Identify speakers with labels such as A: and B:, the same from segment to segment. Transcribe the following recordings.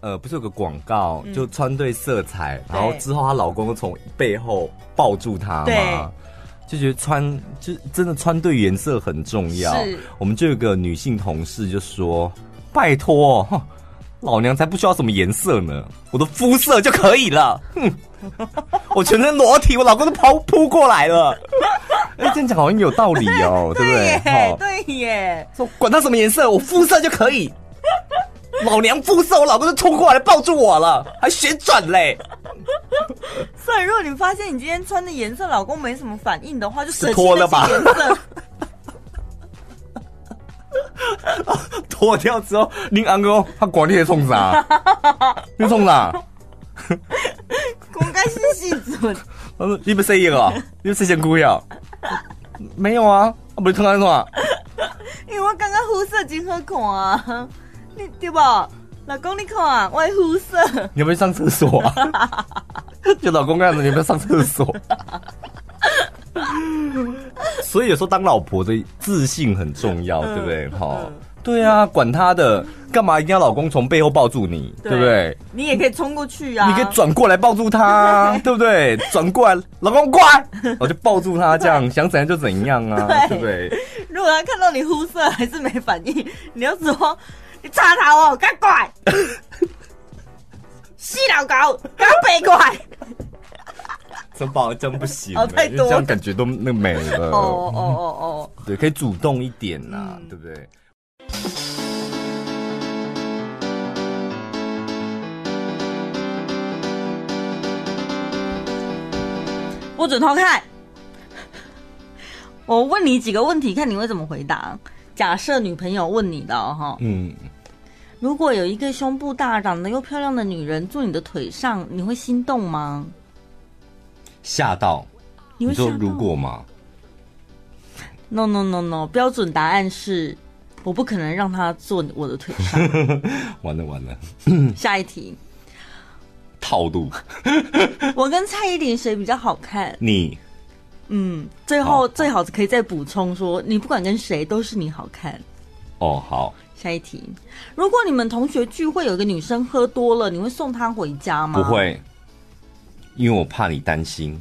A: 呃，不是有个广告，就穿对色彩，
B: 对
A: 然后之后她老公从背后抱住她
B: 对
A: 嘛，就觉得穿就真的穿对颜色很重要
B: 是。
A: 我们就有个女性同事就说：“拜托，哼老娘才不需要什么颜色呢，我的肤色就可以了。”哼，我全身裸体，我老公都跑扑过来了。哎，这样讲好像有道理哦，对不对？
B: 耶
A: 齁，
B: 对耶，
A: 说管他什么颜色，我肤色就可以。老娘肤色，我老公就冲过来抱住我了，还旋转嘞，
B: 所以如果你发现你今天穿的颜色老公没什么反应的话，就舍弃
A: 脱了
B: 那些
A: 吧
B: 颜色。
A: 脱掉之后，林安哥他管你在冲 啥？你在冲啥？
B: 公开信息准，
A: 他说你不是一个，啊你不是仙姑呀？没有啊，啊不是冲安冲啊？
B: 因为我刚刚肤色真好看啊，你对吧？老公，你看啊，我的肤色，
A: 你要不要上厕所啊？ 就老公这样子，你要不要上厕所？所以有时候当老婆的自信很重要，
B: 嗯
A: 对不对？哈、对啊，管他的，干嘛一定要老公从背后抱住你，对不对？
B: 你也可以冲过去啊，
A: 你可以转过来抱住 他，对不对？转过来，老公过来，我就抱住他，这样想怎样就怎样啊，
B: 对
A: 对不对？
B: 如果他看到你肤色还是没反应，你要说你插头哦，赶 快，死老狗，赶快过来！
A: 真抱真不行、
B: 哦太多
A: 因为这样感觉都那没了。
B: 哦哦嗯哦哦，
A: 对，可以主动一点呐、对不对？
B: 不准偷看！我问你几个问题，看你会怎么回答。假设女朋友问你的哦哈、
A: 嗯，
B: 如果有一个胸部大、长得又漂亮的女人坐你的腿上，你会心动吗？
A: 吓到。
B: 你会
A: 你说
B: 吓到
A: 如果吗？
B: ？No No No No，标准答案是我不可能让她坐我的腿 上。
A: 完了完了，
B: 下一题，
A: 套路
B: 我跟蔡依林谁比较好看？
A: 你
B: 嗯，最后
A: 好
B: 最好可以再补充说，你不管跟谁都是你好看。
A: 哦好，
B: 下一题，如果你们同学聚会有一个女生喝多了，你会送她回家吗？
A: 不。会，因为我怕你担心。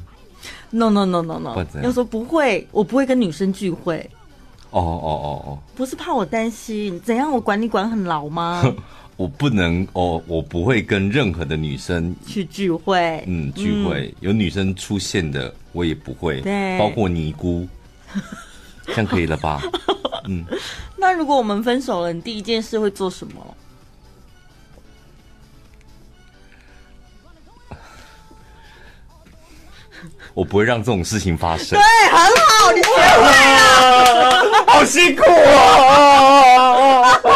B: No No No No
A: 不
B: No
A: 会这。样
B: 要说不会，我不会跟女生聚会，
A: 哦哦哦
B: 不是怕我担心，怎样我管你管很 牢吗？
A: 哦，我不能哦，我不会跟任何的女生
B: 去聚会，
A: 嗯聚会，有女生出现的我也不会，
B: 对
A: 包括尼姑，这样可以了吧？
B: 那如果我们分手了，你第一件事会做什么？
A: 我不会让这种事情发生。
B: 哎，很好，你
A: 好辛苦啊！我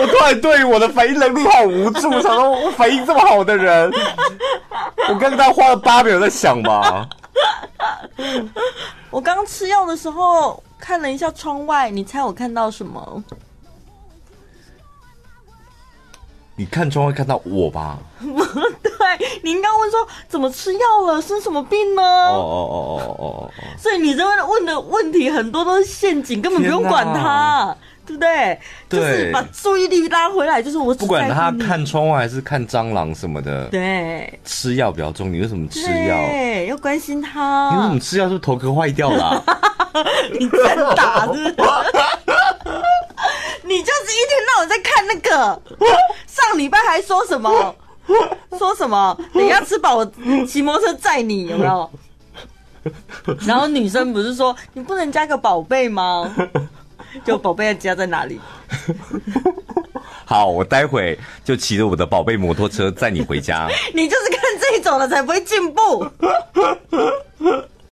A: 我突然对我的反应能力好无助，想说我反应这么好的人，我刚刚花了八秒在想吧。
B: 我刚吃药的时候看了一下窗外，你猜我看到什么？
A: 你看窗会看到我吧？
B: 对，你应该问说怎么吃药了，生什么病呢？
A: 哦哦哦哦哦哦！
B: 所以你这问问的问题很多都是陷阱，根本不用管
A: 天
B: 他，对不对？
A: 对
B: 就是把注意力拉回来，就是我只
A: 不管他
B: 在乎你
A: 看窗外还是看蟑螂什么的，
B: 对
A: 吃药比较重。你为什么吃药？
B: 对，要关心
A: 你为什
B: 他
A: 么，吃药是不是头壳坏掉 了、
B: 你真打是不是？你就是一天到晚在看那个，上礼拜还说什么？说什么？等一下吃饱，我骑摩托车载你，有没有？然后女生不是说你不能加个宝贝吗？就宝贝要加在哪里？
A: 好，我待会就骑着我的宝贝摩托车载你回家。
B: 你就是看这种的才不会进步。